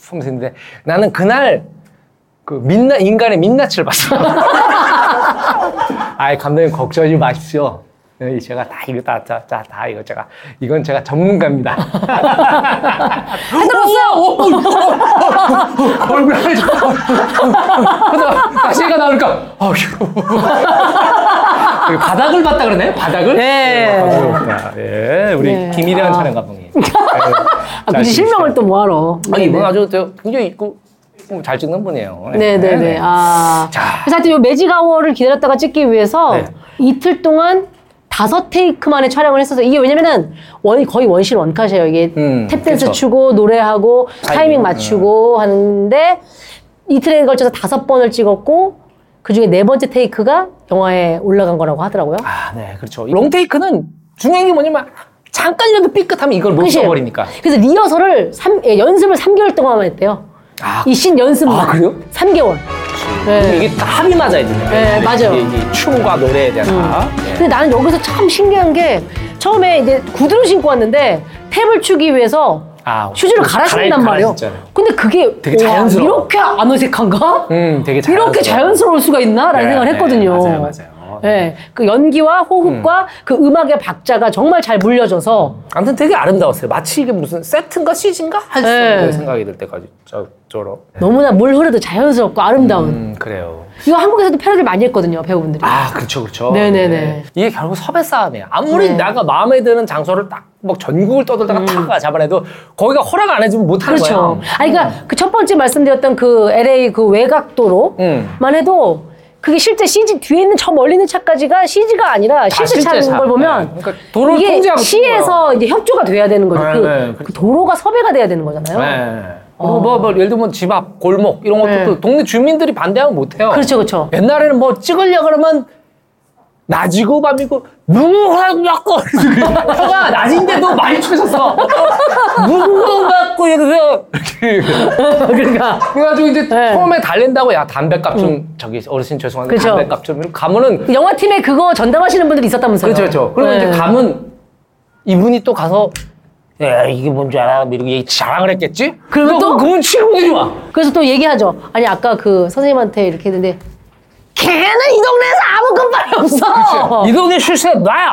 A: 하면서 했는데 나는 그날 그 민나 인간의 민낯을 봤어. 아이 감독님 걱정하지 마십시오. 네, 제가 다 이거 다다다 다, 다 이거 제가 이건 제가 전문가입니다. 해들었어 얼굴 하얘져. 그러다가 다시 해가 나오니까 아휴. 그 바닥을 봤다 그러네? 바닥을?
B: 네.
A: 바닥을 봤다. 예, 우리
B: 네.
A: 김일현
B: 아.
A: 촬영 감독님.
B: 아, 굳이 실명을 또 뭐하러.
A: 아니
B: 네네.
A: 이분 아주 저 굉장히 그, 뭐잘 찍는 분이에요.
B: 네네네. 아.
A: 자.
B: 그래서 하여튼 요 매직아워를 기다렸다가 찍기 위해서
A: 네.
B: 이틀 동안 다섯 테이크만에 촬영을 했어서 이게 왜냐면은 원, 거의 원실 원컷이에요. 이게
A: 음,
B: 탭댄스
A: 그쵸.
B: 추고 노래하고 타이밍,
A: 타이밍, 음.
B: 맞추고 하는데 이틀에 걸쳐서 다섯 번을 찍었고 그 중에 네 번째 테이크가 영화에 올라간 거라고 하더라고요.
A: 아, 네, 그렇죠. 롱테이크는 중요한 게 뭐냐면 잠깐이라도 삐끗하면 이걸 못
B: 그치?
A: 써버리니까.
B: 그래서 리허설을 삼- 예, 연습을 3개월 동안만 했대요.
A: 아.
B: 이 신 연습만.
A: 아, 그래요?
B: 3개월.
A: 근데 이게 다 합이 맞아야 되잖아요.
B: 네, 맞아요. 음.
A: 이게, 이게 춤과 노래에 대한 합. 예.
B: 근데 나는 여기서 참 신기한 게 처음에 이제 구두를 신고 왔는데 탭을 추기 위해서
A: 아,
B: 슈즈를 갈아 신단
A: 갈아-
B: 말이에요.
A: 갈아신잖아요.
B: 근데 그게
A: 되게
B: 우와,
A: 자연스러워.
B: 이렇게 안 어색한가?
A: 음, 되게 자연스러워.
B: 이렇게 자연스러울 수가 있나라는
A: 네,
B: 생각을
A: 네,
B: 했거든요.
A: 맞아요, 맞아요.
B: 네, 그 연기와 호흡과 그 음악의 박자가 정말 잘 물려져서
A: 아무튼 되게 아름다웠어요. 마치 이게 무슨 세트인가 시즌가 할 수 있는
B: 네.
A: 생각이 들 때까지 저, 저러.
B: 너무나 물 흐르듯 자연스럽고 아름다운.
A: 음, 그래요.
B: 이거 한국에서도 패러디를 많이 했거든요, 배우분들이.
A: 아, 그렇죠, 그렇죠.
B: 네네네. 네.
A: 이게 결국 섭외 싸움이야. 아무리 내가 마음에 드는 장소를 딱 막 전국을 떠돌다가 탁 잡아내도 거기가 허락 안 해주면 못 하는
B: 음. 그렇죠.
A: 거야.
B: 아니, 그러니까 그 첫 번째 말씀드렸던 그 LA 그 외곽도로만
A: 음.
B: 해도 그게 실제 CG 뒤에 있는 저 멀리 있는 차까지가 CG가 아니라 실제
A: 실제
B: 차인
A: 차.
B: 걸
A: 네.
B: 보면
A: 그러니까 도로를
B: 이게
A: 통제하고
B: 시에서 이제 협조가 돼야 되는 거죠.
A: 네,
B: 그,
A: 네.
B: 그 도로가 섭외가 돼야 되는 거잖아요.
A: 네. 그리고 뭐, 뭐 예를 들면 집 앞 골목 이런 것도
B: 어. 네.
A: 또 동네 주민들이 반대하면 못 해요.
B: 그렇죠, 그렇죠.
A: 옛날에는 뭐 찍으려 그러면 낮이고 밤이고 무궁화갖고 형아 낮인데도 많이 쳐졌어 무궁화갖고 이래서
B: 그러니까
A: 그래가지고 이제
B: 네. 음.
A: 처음에 달랜다고 야 담배값 좀 저기 어르신 죄송한데
B: 그죠.
A: 담배값 좀 이렇게 가면은
B: 그 영화팀에 그거 전담하시는 분들이 있었다면서요.
A: 그렇죠 그렇죠 그리고
B: 네.
A: 이제 가면 이분이 또 가서 야 이게 뭔지 알아 이러고 얘 자랑을 했겠지
B: 그러면 또?
A: 그분 친구들이 와
B: 그래서 또 얘기하죠. 아니 아까 그 선생님한테 이렇게 했는데 걔는 이 동네에서 아무 금발이 없어.
A: 이 동네 실세 나야.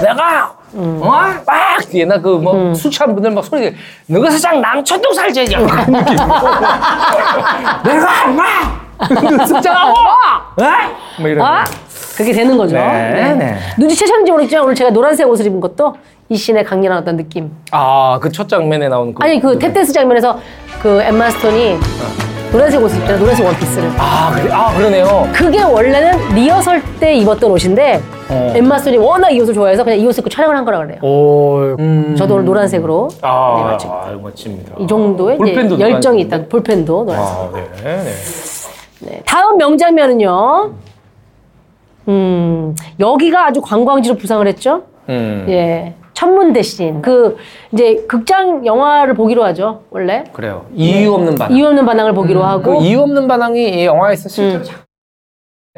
A: 내가
B: 음.
A: 어? 막 옛날 그뭐 수치한 분들 막 소리 내 너가 사장 남천동 살지 이제
B: 음.
A: 막 이런 느낌. 내가 막 수장하고
B: 어?
A: 막 이런.
B: 아 그게 되는 거죠.
A: 네, 네.
B: 눈치채셨는지 모르겠지만 오늘 제가 노란색 옷을 입은 것도 이 씬의 강렬한 어떤 느낌.
A: 아그 첫 장면에 나온 그.
B: 아니 그 탭댄스 장면에서 그 엠마 스톤이
A: 어.
B: 노란색 옷을 입잖아. 노란색 원피스를.
A: 아, 그래, 아 그러네요.
B: 그게 원래는 리허설 때 입었던 옷인데
A: 어.
B: 엠마 스톤이 워낙 이 옷을 좋아해서 그냥 이 옷을 입고 촬영을 한 거라 그래요.
A: 오. 음.
B: 저도 오늘 노란색으로
A: 아,
B: 네,
A: 아,
B: 맞죠.
A: 아 멋집니다.
B: 이 정도의 이제
A: 볼펜도
B: 열정이
A: 노란색인데?
B: 있다. 볼펜도 노란색.
A: 아, 네, 네.
B: 네. 다음 명장면은요. 음, 여기가 아주 관광지로 부상을 했죠.
A: 음,
B: 예. 천문 대신 그 이제 극장 영화를 보기로 하죠. 원래
A: 그래요. 이유 없는 반항.
B: 네. 이유 없는 반항을 보기로 하고
A: 아. 그
B: 음. 그,
A: 이유 없는 반항이 이 영화에서 실제로 자-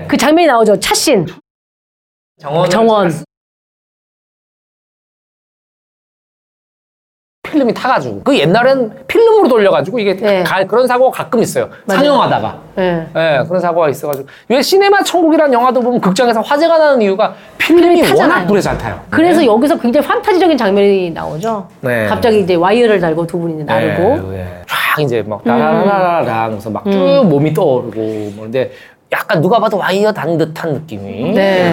B: 그 장면이 나오죠. 차신
A: 정원
B: 아, 정원.
A: 필름이 타가지고 그 옛날엔 필름으로 돌려가지고 이게
B: 네.
A: 가- 그런 사고가 가끔 있어요
B: 맞아요.
A: 상영하다가
B: 예.
A: 예 그런 사고가 있어가지고 왜 시네마 천국이라는 영화도 보면 극장에서 화제가 나는 이유가 필름이
B: 타잖아요.
A: 워낙 불에 잘 타요
B: 그래서 여기서 굉장히 판타지적인 장면이 나오죠.
A: 네.
B: 갑자기 이제 와이어를 달고 두 분이 이제 나르고
A: 예, 예. 쫙 이제
B: 음.
A: 막 라라라라라 하면서 막 쭉 몸이 떠오르고 뭐 근데 약간 누가 봐도 와이어 단 듯한 느낌이
B: 네.
A: 네,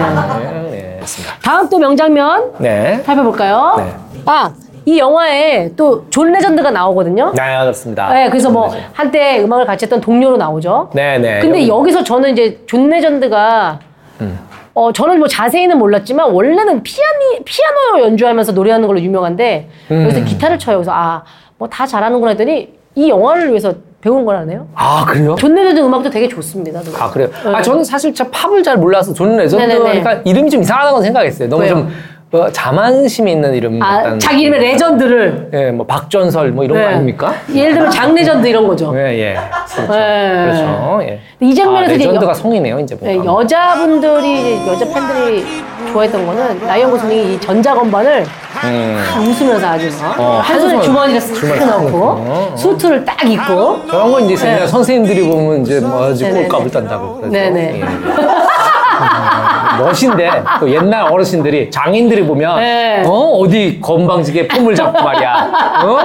A: 네, 맞습니다
B: 다음 또 명장면
A: 네
B: 살펴볼까요?
A: 네.
B: 아, 이 영화에 또 존 레전드가 나오거든요.
A: 네, 그렇습니다
B: 네, 그래서 뭐 한때 음악을 같이 했던 동료로 나오죠.
A: 네네
B: 근데 여기서 저는 이제 존 레전드가 어 저는 뭐 자세히는 몰랐지만 원래는 피아니 피아노 연주하면서 노래하는 걸로 유명한데 여기서 기타를 쳐요. 그래서 아 뭐 다 잘하는구나 했더니 이 영화를 위해서 배운 거라네요.
A: 아 그래요?
B: 존 레전드 음악도 되게 좋습니다. 노래.
A: 아 그래요? 아 저는 사실 저 팝을 잘 몰라서 존
B: 네. 네네네.
A: 레전드 그러니까 이름이 좀 이상하다고 생각했어요. 너무
B: 왜요?
A: 좀 어, 자만심이 있는 이름
B: 아,
A: 같다는
B: 자기 이름의 레전드를
A: 예, 뭐 박전설 뭐 이런
B: 네.
A: 거 아닙니까?
B: 예를 들면 장 레전드 이런 거죠.
A: 예, 예. 그렇죠.
B: 네.
A: 그렇죠. 아. 예.
B: 이
A: 아,
B: 장면에서 이제
A: 레전드가 성이네요, 이제
B: 네,
A: 보니까.
B: 여자분들이 이제 여자 팬들이 좋아했던 거는 라이언 고슬링이 이 전자 건반을
A: 음.
B: 막 웃으면서 아주 막
A: 어, 한
B: 한 손에
A: 손에
B: 주머니를 쓱
A: 주머니를
B: 넣고
A: 쓱 넣고.
B: 수트를 딱 입고
A: 저런 건 이제 그냥 선생님들이 보면 이제 뭐 아주
B: 네. 네네네.
A: 꼴값을 딴다고 그러죠.
B: 네네.
A: 예. 음, 멋인데 또 옛날 어르신들이 장인들이 보면
B: 네.
A: 어 어디 건방지게 폼을 잡고 말이야. 어?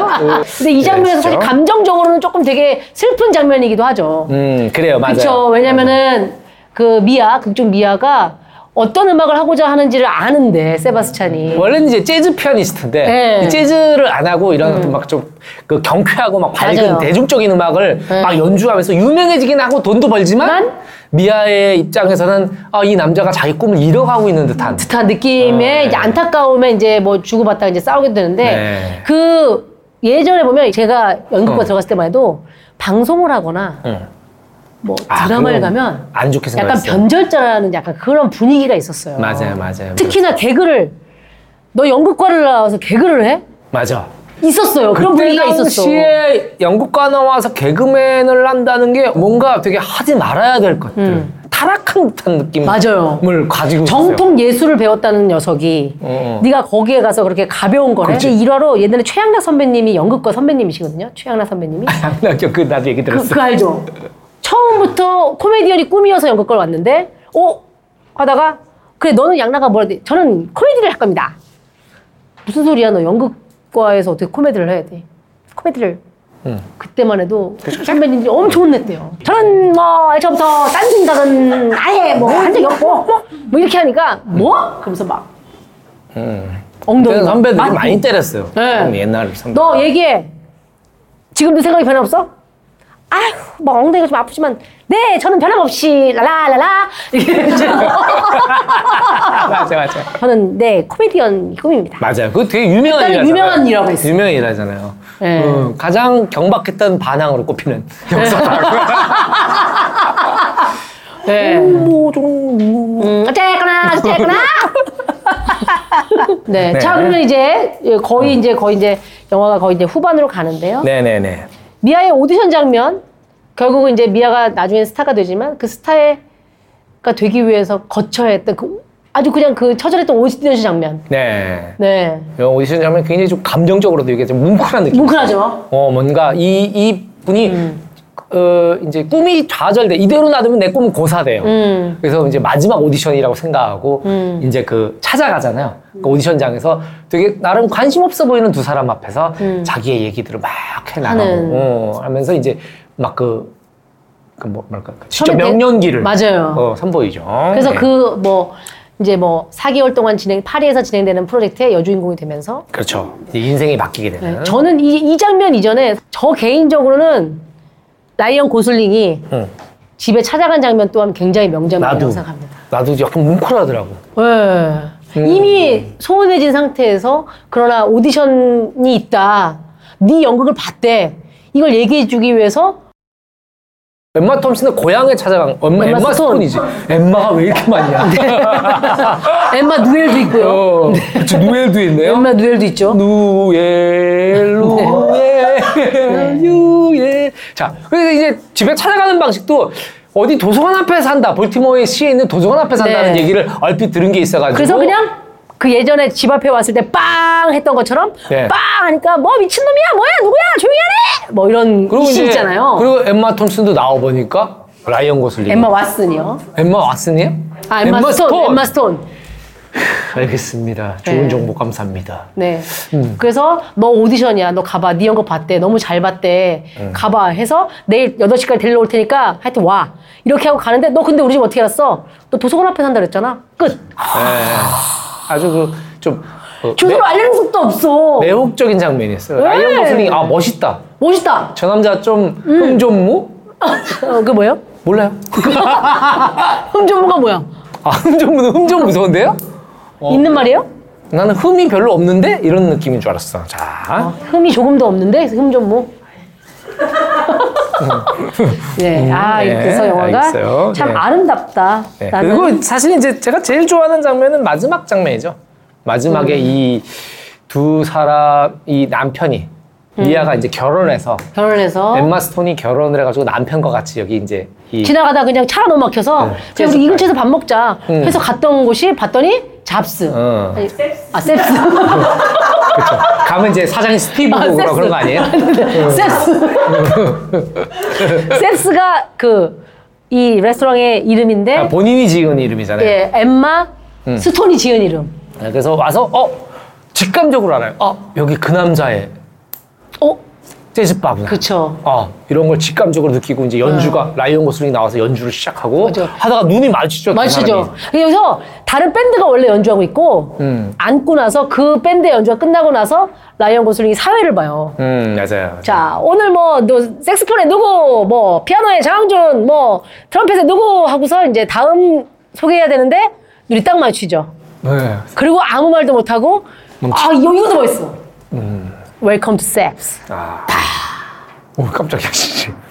B: 근데 이 장면에서 사실
A: 그랬죠.
B: 감정적으로는 조금 되게 슬픈 장면이기도 하죠
A: 음 그래요 맞아요.
B: 그렇죠 왜냐면은 그 미아 극중 미아가 어떤 음악을 하고자 하는지를 아는데 세바스찬이
A: 원래는 이제 재즈 피아니스트인데
B: 네. 음.
A: 이 재즈를 안 하고 이런 막 좀 그 경쾌하고 막 밝은
B: 맞아요. 네.
A: 대중적인 음악을 막 연주하면서 유명해지긴 하고 돈도 벌지만
B: 난?
A: 미아의 입장에서는 아, 이 남자가 자기 꿈을 잃어가고 있는 듯한
B: 듯한 느낌에 이제 안타까움에 이제 뭐 주고받다가 이제 싸우게 되는데
A: 아, 네.
B: 그 예전에 보면 제가 연극과 들어갔을 때만 해도 방송을 하거나
A: 응.
B: 뭐
A: 네. 아,
B: 드라마를
A: 그건
B: 가면
A: 안 좋게
B: 약간
A: 생각했어.
B: 변절자라는 약간 그런 분위기가 있었어요.
A: 맞아요, 그렇죠. 맞아요.
B: 특히나 개그를 너 연극과를 나와서 개그를 해?
A: 맞아.
B: 있었어요. 그런
A: 그때
B: 분위기가 있었어.
A: 당시에 연극과 나와서 개그맨을 한다는 게 뭔가 되게 하지 말아야 될 것들. 타락한 듯한 느낌을
B: 음. 맞아요.
A: 가지고 있어요.
B: 정통 예술을 배웠다는 녀석이
A: 어, 어.
B: 네가 거기에 가서 그렇게 가벼운 거래.
A: 그렇지.
B: 근데 일화로 옛날에 최양락 선배님이 연극과 선배님이시거든요. 최양락 선배님이.
A: 양락형 그 나도 얘기
B: 그,
A: 들었어.
B: 그 알죠? 처음부터 코미디언이 꿈이어서 연극과를 왔는데 어? 하다가 그래 너는 양락아 뭐라 해야 돼? 저는 코미디를 할 겁니다. 무슨 소리야 너 연극과에서 어떻게 코미디를 해야 돼? 코미디를
A: 응.
B: 그때만 해도 선배님들이 엄청 혼냈대요. 저는 뭐 애초부터 딴 생각은 아예 뭐 한 적이 없고 뭐, 뭐 이렇게 하니까 뭐? 그러면서 막 엉덩이
A: 그때는 선배들이
B: 맞고.
A: 많이 때렸어요.
B: 네.
A: 좀 옛날 선배.
B: 너 얘기해. 지금도 생각이 변함없어? 아휴, 뭐 엉덩이가 좀 아프지만 네, 저는 변함없이 라라라라 이렇게
A: 맞아 맞아.
B: 저는 네, 코미디언 꿈입니다.
A: 맞아요. 그거 되게 유명한
B: 일단은
A: 일이잖아요.
B: 유명한 일화가 있어요.
A: 유명한 일화잖아요.
B: 네.
A: 어, 가장 경박했던 반항으로 꼽히는 역사다.
B: 네.
A: 뭐 좀.
B: 음, 어쨌거나 어쨌거나. 네.
A: 네. 음.
B: 자, 그러면 이제 예, 거의 이제 거의 이제 영화가 거의 이제 후반으로 가는데요.
A: 네네네.
B: 미아의 오디션 장면 결국은 이제 미아가 나중에 스타가 되지만 그 스타가 되기 위해서 거쳐야 했던 그 아주 그냥 그 처절했던 오디션 장면
A: 네.
B: 네
A: 이 오디션 장면 굉장히 좀 감정적으로도 이게 좀 뭉클한 느낌.
B: 뭉클하죠
A: 어 뭔가 이 이 분이
B: 음.
A: 어 이제 꿈이 좌절돼 이대로 놔두면 내 꿈은 고사돼요.
B: 음.
A: 그래서 이제 마지막 오디션이라고 생각하고
B: 음.
A: 이제 그 찾아가잖아요. 그 오디션장에서 되게 나름 관심 없어 보이는 두 사람 앞에서
B: 음.
A: 자기의 얘기들을 막 해나가고
B: 하는.
A: 어, 하면서 이제 막그 그 뭐, 뭐랄까 그 진짜
B: 처음에 대-
A: 명년기를
B: 맞아요.
A: 어, 선보이죠.
B: 그래서
A: 네.
B: 그 뭐 이제 뭐 4개월 동안 진행 파리에서 진행되는 프로젝트의 여주인공이 되면서
A: 그렇죠. 이제 인생이 바뀌게
B: 네,
A: 되는.
B: 저는 이, 이 장면 이전에 저 개인적으로는 라이언 고슬링이
A: 응.
B: 집에 찾아간 장면 또한 굉장히
A: 나도
B: 명장면이라고 생각합니다
A: 나도 약간 뭉클하더라고.
B: 네. 이미 소원해진 상태에서 그러나 오디션이 있다. 네 연극을 봤대. 이걸 얘기해주기 위해서
A: 엠마 톰슨은 고향에 찾아간 엄마
B: 엠마
A: 엠마,
B: 스톤. 네.
A: 스톤이지. 엠마가 왜 이렇게 많냐.
B: 엠마 누엘도 있고요.
A: 어, 그쵸, 누엘도 있네요.
B: 엠마 누엘도 있죠.
A: 누엘,
B: 네.
A: 누엘, 유엘. 자, 그래서 이제 집에 찾아가는 방식도 어디 도서관 앞에 산다. 볼티모어에 시에 있는 도서관 앞에 산다는
B: 네.
A: 얘기를 얼핏 들은 게 있어가지고.
B: 그래서 그냥 그 예전에 집 앞에 왔을 때 빵 했던 것처럼
A: 네.
B: 빵 하니까 뭐 미친놈이야 뭐야 누구야 조용히 하래 뭐 이런 이슈 있잖아요.
A: 그리고 엠마 톰슨도 나와보니까 라이언 고슬링.
B: 엠마 왓슨이요.
A: 엠마 왓슨이에요?
B: 아 엠마, 스톤, 엠마 스톤.
A: 알겠습니다. 좋은
B: 네.
A: 정보 감사합니다.
B: 네. 그래서 너 오디션이야. 너 가봐. 네 연극 봤대. 너무 잘 봤대. 가봐. 해서 내일 8시까지 데리러 올 테니까 하여튼 와. 이렇게 하고 가는데 너 근데 우리 집 어떻게 알았어? 너 도서관 앞에 산다 그랬잖아. 끝.
A: 네. 아주 그좀 어,
B: 주소를 알리는 것도 없어.
A: 매- 매혹적인 장면이었어요.
B: 네. 음.
A: 라이언 고슬링이 아 멋있다.
B: 멋있다.
A: 저 남자 좀 흠좀무?
B: 어, 그 뭐예요?
A: 몰라요.
B: 흠전무가 뭐야?
A: 아 흠좀무는 흠좀 무서운데요?
B: 있는 말이에요?
A: 나는 흠이 별로 없는데 이런 느낌인 줄 알았어. 자,
B: 흠이 조금도 없는데 흠전무. 뭐? 네. 아,
A: 네,
B: 그래서 영화가
A: 알겠어요.
B: 참
A: 네.
B: 아름답다.
A: 네.
B: 라는
A: 그리고 사실 이제 제가 제일 좋아하는 장면은 마지막 장면이죠. 마지막에
B: 음.
A: 이 두 사람 이 남편이
B: 음.
A: 미아가 이제 결혼해서
B: 결혼해서
A: 엠마 스톤이 결혼을 해가지고 남편과 같이 여기 이제 이
B: 지나가다 그냥 차가 너무 막혀서 그냥 우리 이 근처에서 밥 먹자
A: 네. 아, 음.
B: 해서 갔던 곳이 봤더니 잡스
A: 어.
B: 아니, 아 셉스
A: 그쵸. 가면 이제 사장이 스티브
B: 아,
A: 보고
B: 섹스.
A: 그런 거 아니에요? 음.
B: 셉스 셉스가 그 이 레스토랑의 이름인데
A: 아, 음. 본인이 지은 이름이잖아요.
B: 예 엠마 스톤이 지은 이름
A: 네, 그래서 와서 어 직감적으로 알아요. 어 여기 그 남자의
B: 어
A: 재즈바구나.
B: 그쵸 음.
A: 어 이런 걸 직감적으로 느끼고 이제 연주가 라이언 고슬링 나와서 연주를 시작하고
B: 맞아.
A: 하다가 눈이 마주치죠. 두
B: 맞으시죠
A: 그 사람이.
B: 그래서 다른 밴드가 원래 연주하고 있고
A: 음.
B: 앉고 나서 그 밴드의 연주가 끝나고 나서 라이언 고슬링이 사회를 봐요
A: 음 맞아요.
B: 자, 오늘 뭐, 너, 색스폰에 누구, 뭐, 피아노에 장항준, 뭐, 트럼펫에 누구 하고서 이제 다음 소개해야 되는데, 눈이 딱 맞추죠.
A: 네.
B: 그리고 아무 말도 못하고,
A: 멈춰. 음.
B: 아, 이거, 이것도 멋있어. Welcome to sex.
A: 아. 오 깜짝이야 진짜.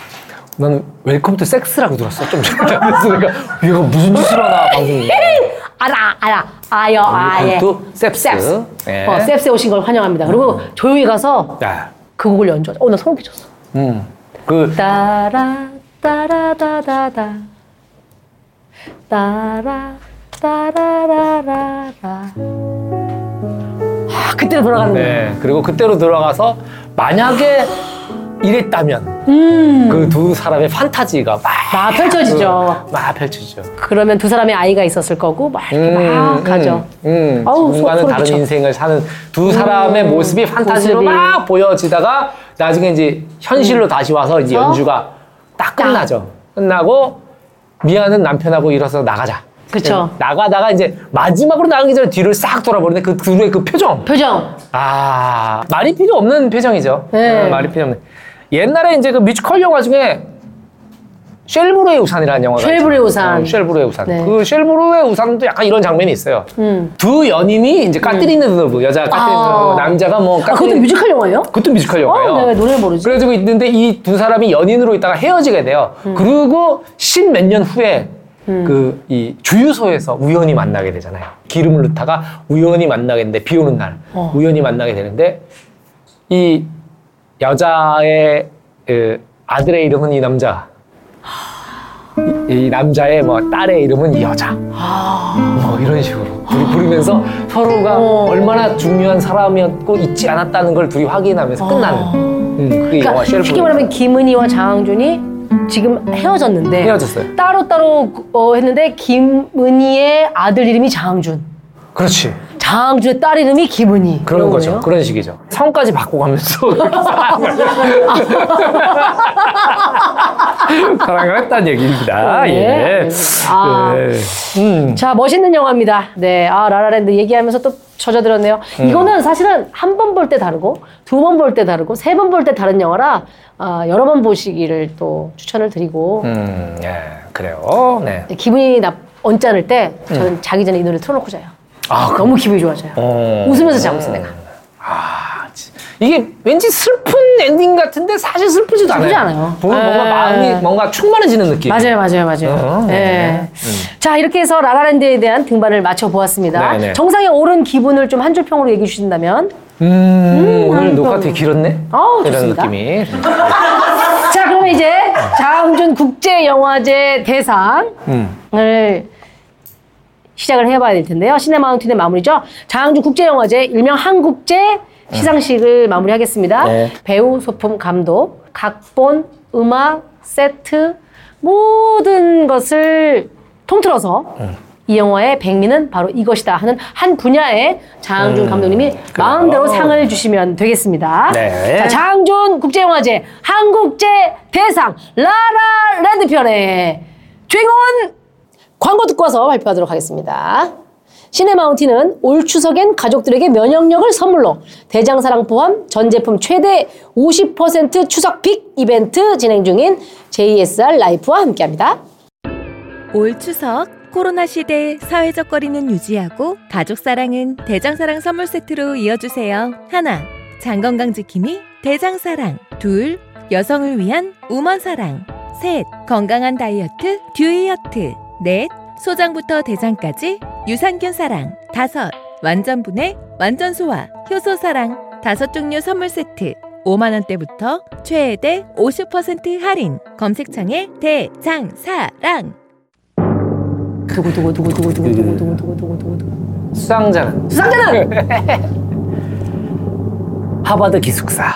A: 난 웰컴 투 섹스라고 들었어. 좀 전에 그러니까 얘가 무슨 짓을 하나 방송에.
B: 알아 알아 아여 아예
A: 컴투 셉스.
B: 셉스
A: 예. 음.
B: 어, 셉스에 오신 걸 환영합니다. 그리고 조용히 가서
A: 야,
B: 그 곡을 연주하자 어, 나 소름 끼쳤어.
A: 음, 그
B: 따라 따라다다다 따라 따라라라라 아, 그때로 돌아가는 거야.
A: 네, 그리고 그때로 돌아가서 만약에 이랬다면 그 두 사람의 판타지가 막,
B: 막 음. 펼쳐지죠.
A: 막 펼쳐지죠.
B: 그러면 두 사람의 아이가 있었을 거고 막 이렇게 막 아, 가죠.
A: 음,
B: 아우,
A: 누군가는
B: 소름
A: 다른
B: 끼쳐. 음,
A: 인생을 사는 두 사람의 모습이 판타지로
B: 모습이.
A: 막 보여지다가 나중에 이제
B: 음.
A: 현실로 다시 와서 이제 연주가 딱 끝나죠. 끝나고 미안한 남편하고 일어서 나가자.
B: 그쵸.
A: 음, 나가다가 이제 마지막으로 나가기 전에 뒤를 싹 돌아보는데 그 둘의 그 표정.
B: 표정.
A: 아 말이 필요 없는 표정이죠.
B: 네.
A: 음, 말이 필요 없는. 옛날에 이제 그 뮤지컬 영화 중에 쉘브르의 우산이라는 영화가
B: 쉘브르의
A: 있잖아요.
B: 우산.
A: 어, 쉘브르의 우산.
B: 네.
A: 그 쉘브르의 우산도 약간 이런 장면이 있어요.
B: 음.
A: 두 연인이 이제 까뜨리는 음. 여자 까뜨리는
B: 아.
A: 거, 남자가 뭐
B: 아, 그것도
A: 까뜨리는
B: 뮤지컬 영화예요?
A: 그것도 뮤지컬 영화예요.
B: 어, 내가 왜 노래를 모르지?
A: 그래가지고 있는데 이 두 사람이 연인으로 있다가 헤어지게 돼요.
B: 음.
A: 그리고 십 몇 년 후에 그 이 주유소에서 우연히 만나게 되잖아요. 기름을 넣다가 우연히 만나게 되는데 비 오는 날
B: 어.
A: 우연히 만나게 되는데 이 여자의 그 아들의 이름은 이 남자. 이, 이 남자의 뭐 딸의 이름은 이 여자. 뭐 이런 식으로 둘이 부르면서 서로가
B: 어.
A: 얼마나 중요한 사람이었고 잊지 않았다는 걸 둘이 확인하면서 끝나는 음, 그게 영화
B: 어. 그러니까
A: 쉘프 음.
B: 쉽게 말하면 김은희와 장항준이 지금 헤어졌는데
A: 헤어졌어요.
B: 따로 따로 어, 했는데 김은희의 아들 이름이 장항준,
A: 그렇지
B: 장항준의 딸 이름이 김은희
A: 그런
B: 이런
A: 거죠
B: 거네요?
A: 그런 식이죠 성까지 바꿔가면서 사랑을 했다는 얘기입니다
B: 네,
A: 예.
B: 알겠습니다. 아.
A: 예. 음.
B: 자 멋있는 영화입니다. 네, 아 라라랜드 얘기하면서 또 젖어들었네요.
A: 음.
B: 이거는 사실은 한 번 볼 때 다르고 두 번 볼 때 다르고 세 번 볼 때 다른 영화라 아, 여러 번 보시기를 또 추천을 드리고
A: 음, 예, 그래요 네.
B: 기분이 나 언짢을 때 저는 자기 전에 이 노래 틀어놓고 자요.
A: 음. 아,
B: 너무 기분이 좋아져요.
A: 어.
B: 웃으면서 자고 있어 내가.
A: 아, 지- 이게 왠지 슬픈 엔딩 같은데 사실 슬프지도 않아요.
B: 슬프지 않아요.
A: 보면 뭔가
B: 네.
A: 마음이 뭔가 충만해지는 느낌.
B: 맞아요, 맞아요, 맞아요.
A: 예. 어,
B: 예.
A: 네.
B: 자, 이렇게 해서 라라랜드에 대한 등반을 마쳐보았습니다.
A: 네, 네.
B: 정상의 오른 기분을 좀 한 줄 평으로 얘기해 주신다면.
A: 음, 오늘
B: 아이고.
A: 녹화 되게 길었네.
B: 어우,
A: 이런
B: 좋습니다.
A: 느낌이.
B: 자, 그러면 이제 장준 국제영화제 대상을
A: 음.
B: 시작을 해봐야 될 텐데요. 시네마운틴의 마무리죠. 장항준 국제영화제 일명 한국제 시상식을 마무리하겠습니다.
A: 네.
B: 배우, 소품, 감독, 각본, 음악, 세트 모든 것을 통틀어서
A: 네.
B: 이 영화의 백미는 바로 이것이다 하는 한 분야의 장항준 감독님이 마음대로
A: 음. 그래요.
B: 상을 주시면 되겠습니다.
A: 네.
B: 자, 장준 국제영화제 한국제 대상 라라랜드 편의 주인공은 광고 듣고 와서 발표하도록 하겠습니다. 시네마운틴은 올 추석엔 가족들에게 면역력을 선물로 대장사랑 포함 전 제품 최대 50% 추석 빅 이벤트 진행 중인 JSR 라이프와 함께합니다.
C: 올 추석 코로나 시대 사회적 거리는 유지하고 가족 사랑은 대장 사랑 선물 세트로 이어주세요. 하나, 장 건강 지킴이 대장 사랑. 둘, 여성을 위한 우먼 사랑. 셋, 건강한 다이어트 듀이어트. 넷, 소장부터 대장까지 유산균 사랑. 다섯, 완전 분해 완전 소화 효소 사랑. 다섯 종류 선물 세트. 5만 원대부터 최대 50% 할인. 검색창에 대장사랑.
B: 두구두구두구두구두구두구두구두구두구.
A: 수상자는
B: 수상자는
A: 하버드 기숙사.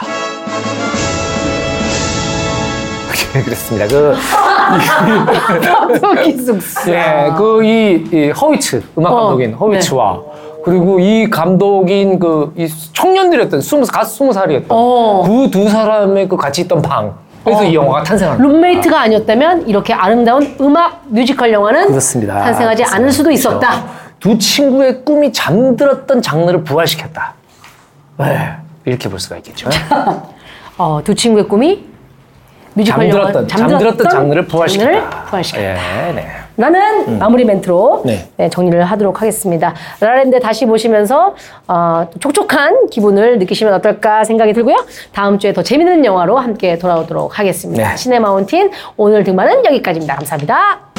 A: 그렇습니다. 그,
B: 기숙사.
A: 예, 그, 이, 이 허위츠, 음악
B: 아. 어,
A: 감독인
B: 네.
A: 허위츠와 그리고 이 감독인 그, 이 청년들이었던, 스무, 갓 스무 살이었던
B: 어.
A: 그 두 사람의 그 같이 있던 방. 그래서 이 영화가 탄생한 거예요.
B: 룸메이트가 아니었다면 이렇게 아름다운 음악 뮤지컬 영화는
A: 그렇습니다.
B: 탄생하지
A: 그렇습니다.
B: 않을 수도
A: 그렇죠.
B: 있었다.
A: 두 친구의 꿈이 잠들었던 장르를 부활시켰다. 네, 이렇게 볼 수가 있겠죠.
B: 어, 두 친구의 꿈이 뮤지컬 영화
A: 잠들었던, 잠들었던 장르를 부활시켰다.
B: 장르를 부활시켰다.
A: 예, 네.
B: 라는 마무리 멘트로
A: 네.
B: 네, 정리를 하도록 하겠습니다. 라랜드 다시 보시면서 어, 촉촉한 기분을 느끼시면 어떨까 생각이 들고요. 다음 주에 더 재밌는 영화로 함께 돌아오도록 하겠습니다.
A: 네.
B: 시네마운틴 오늘 등반은 여기까지입니다. 감사합니다.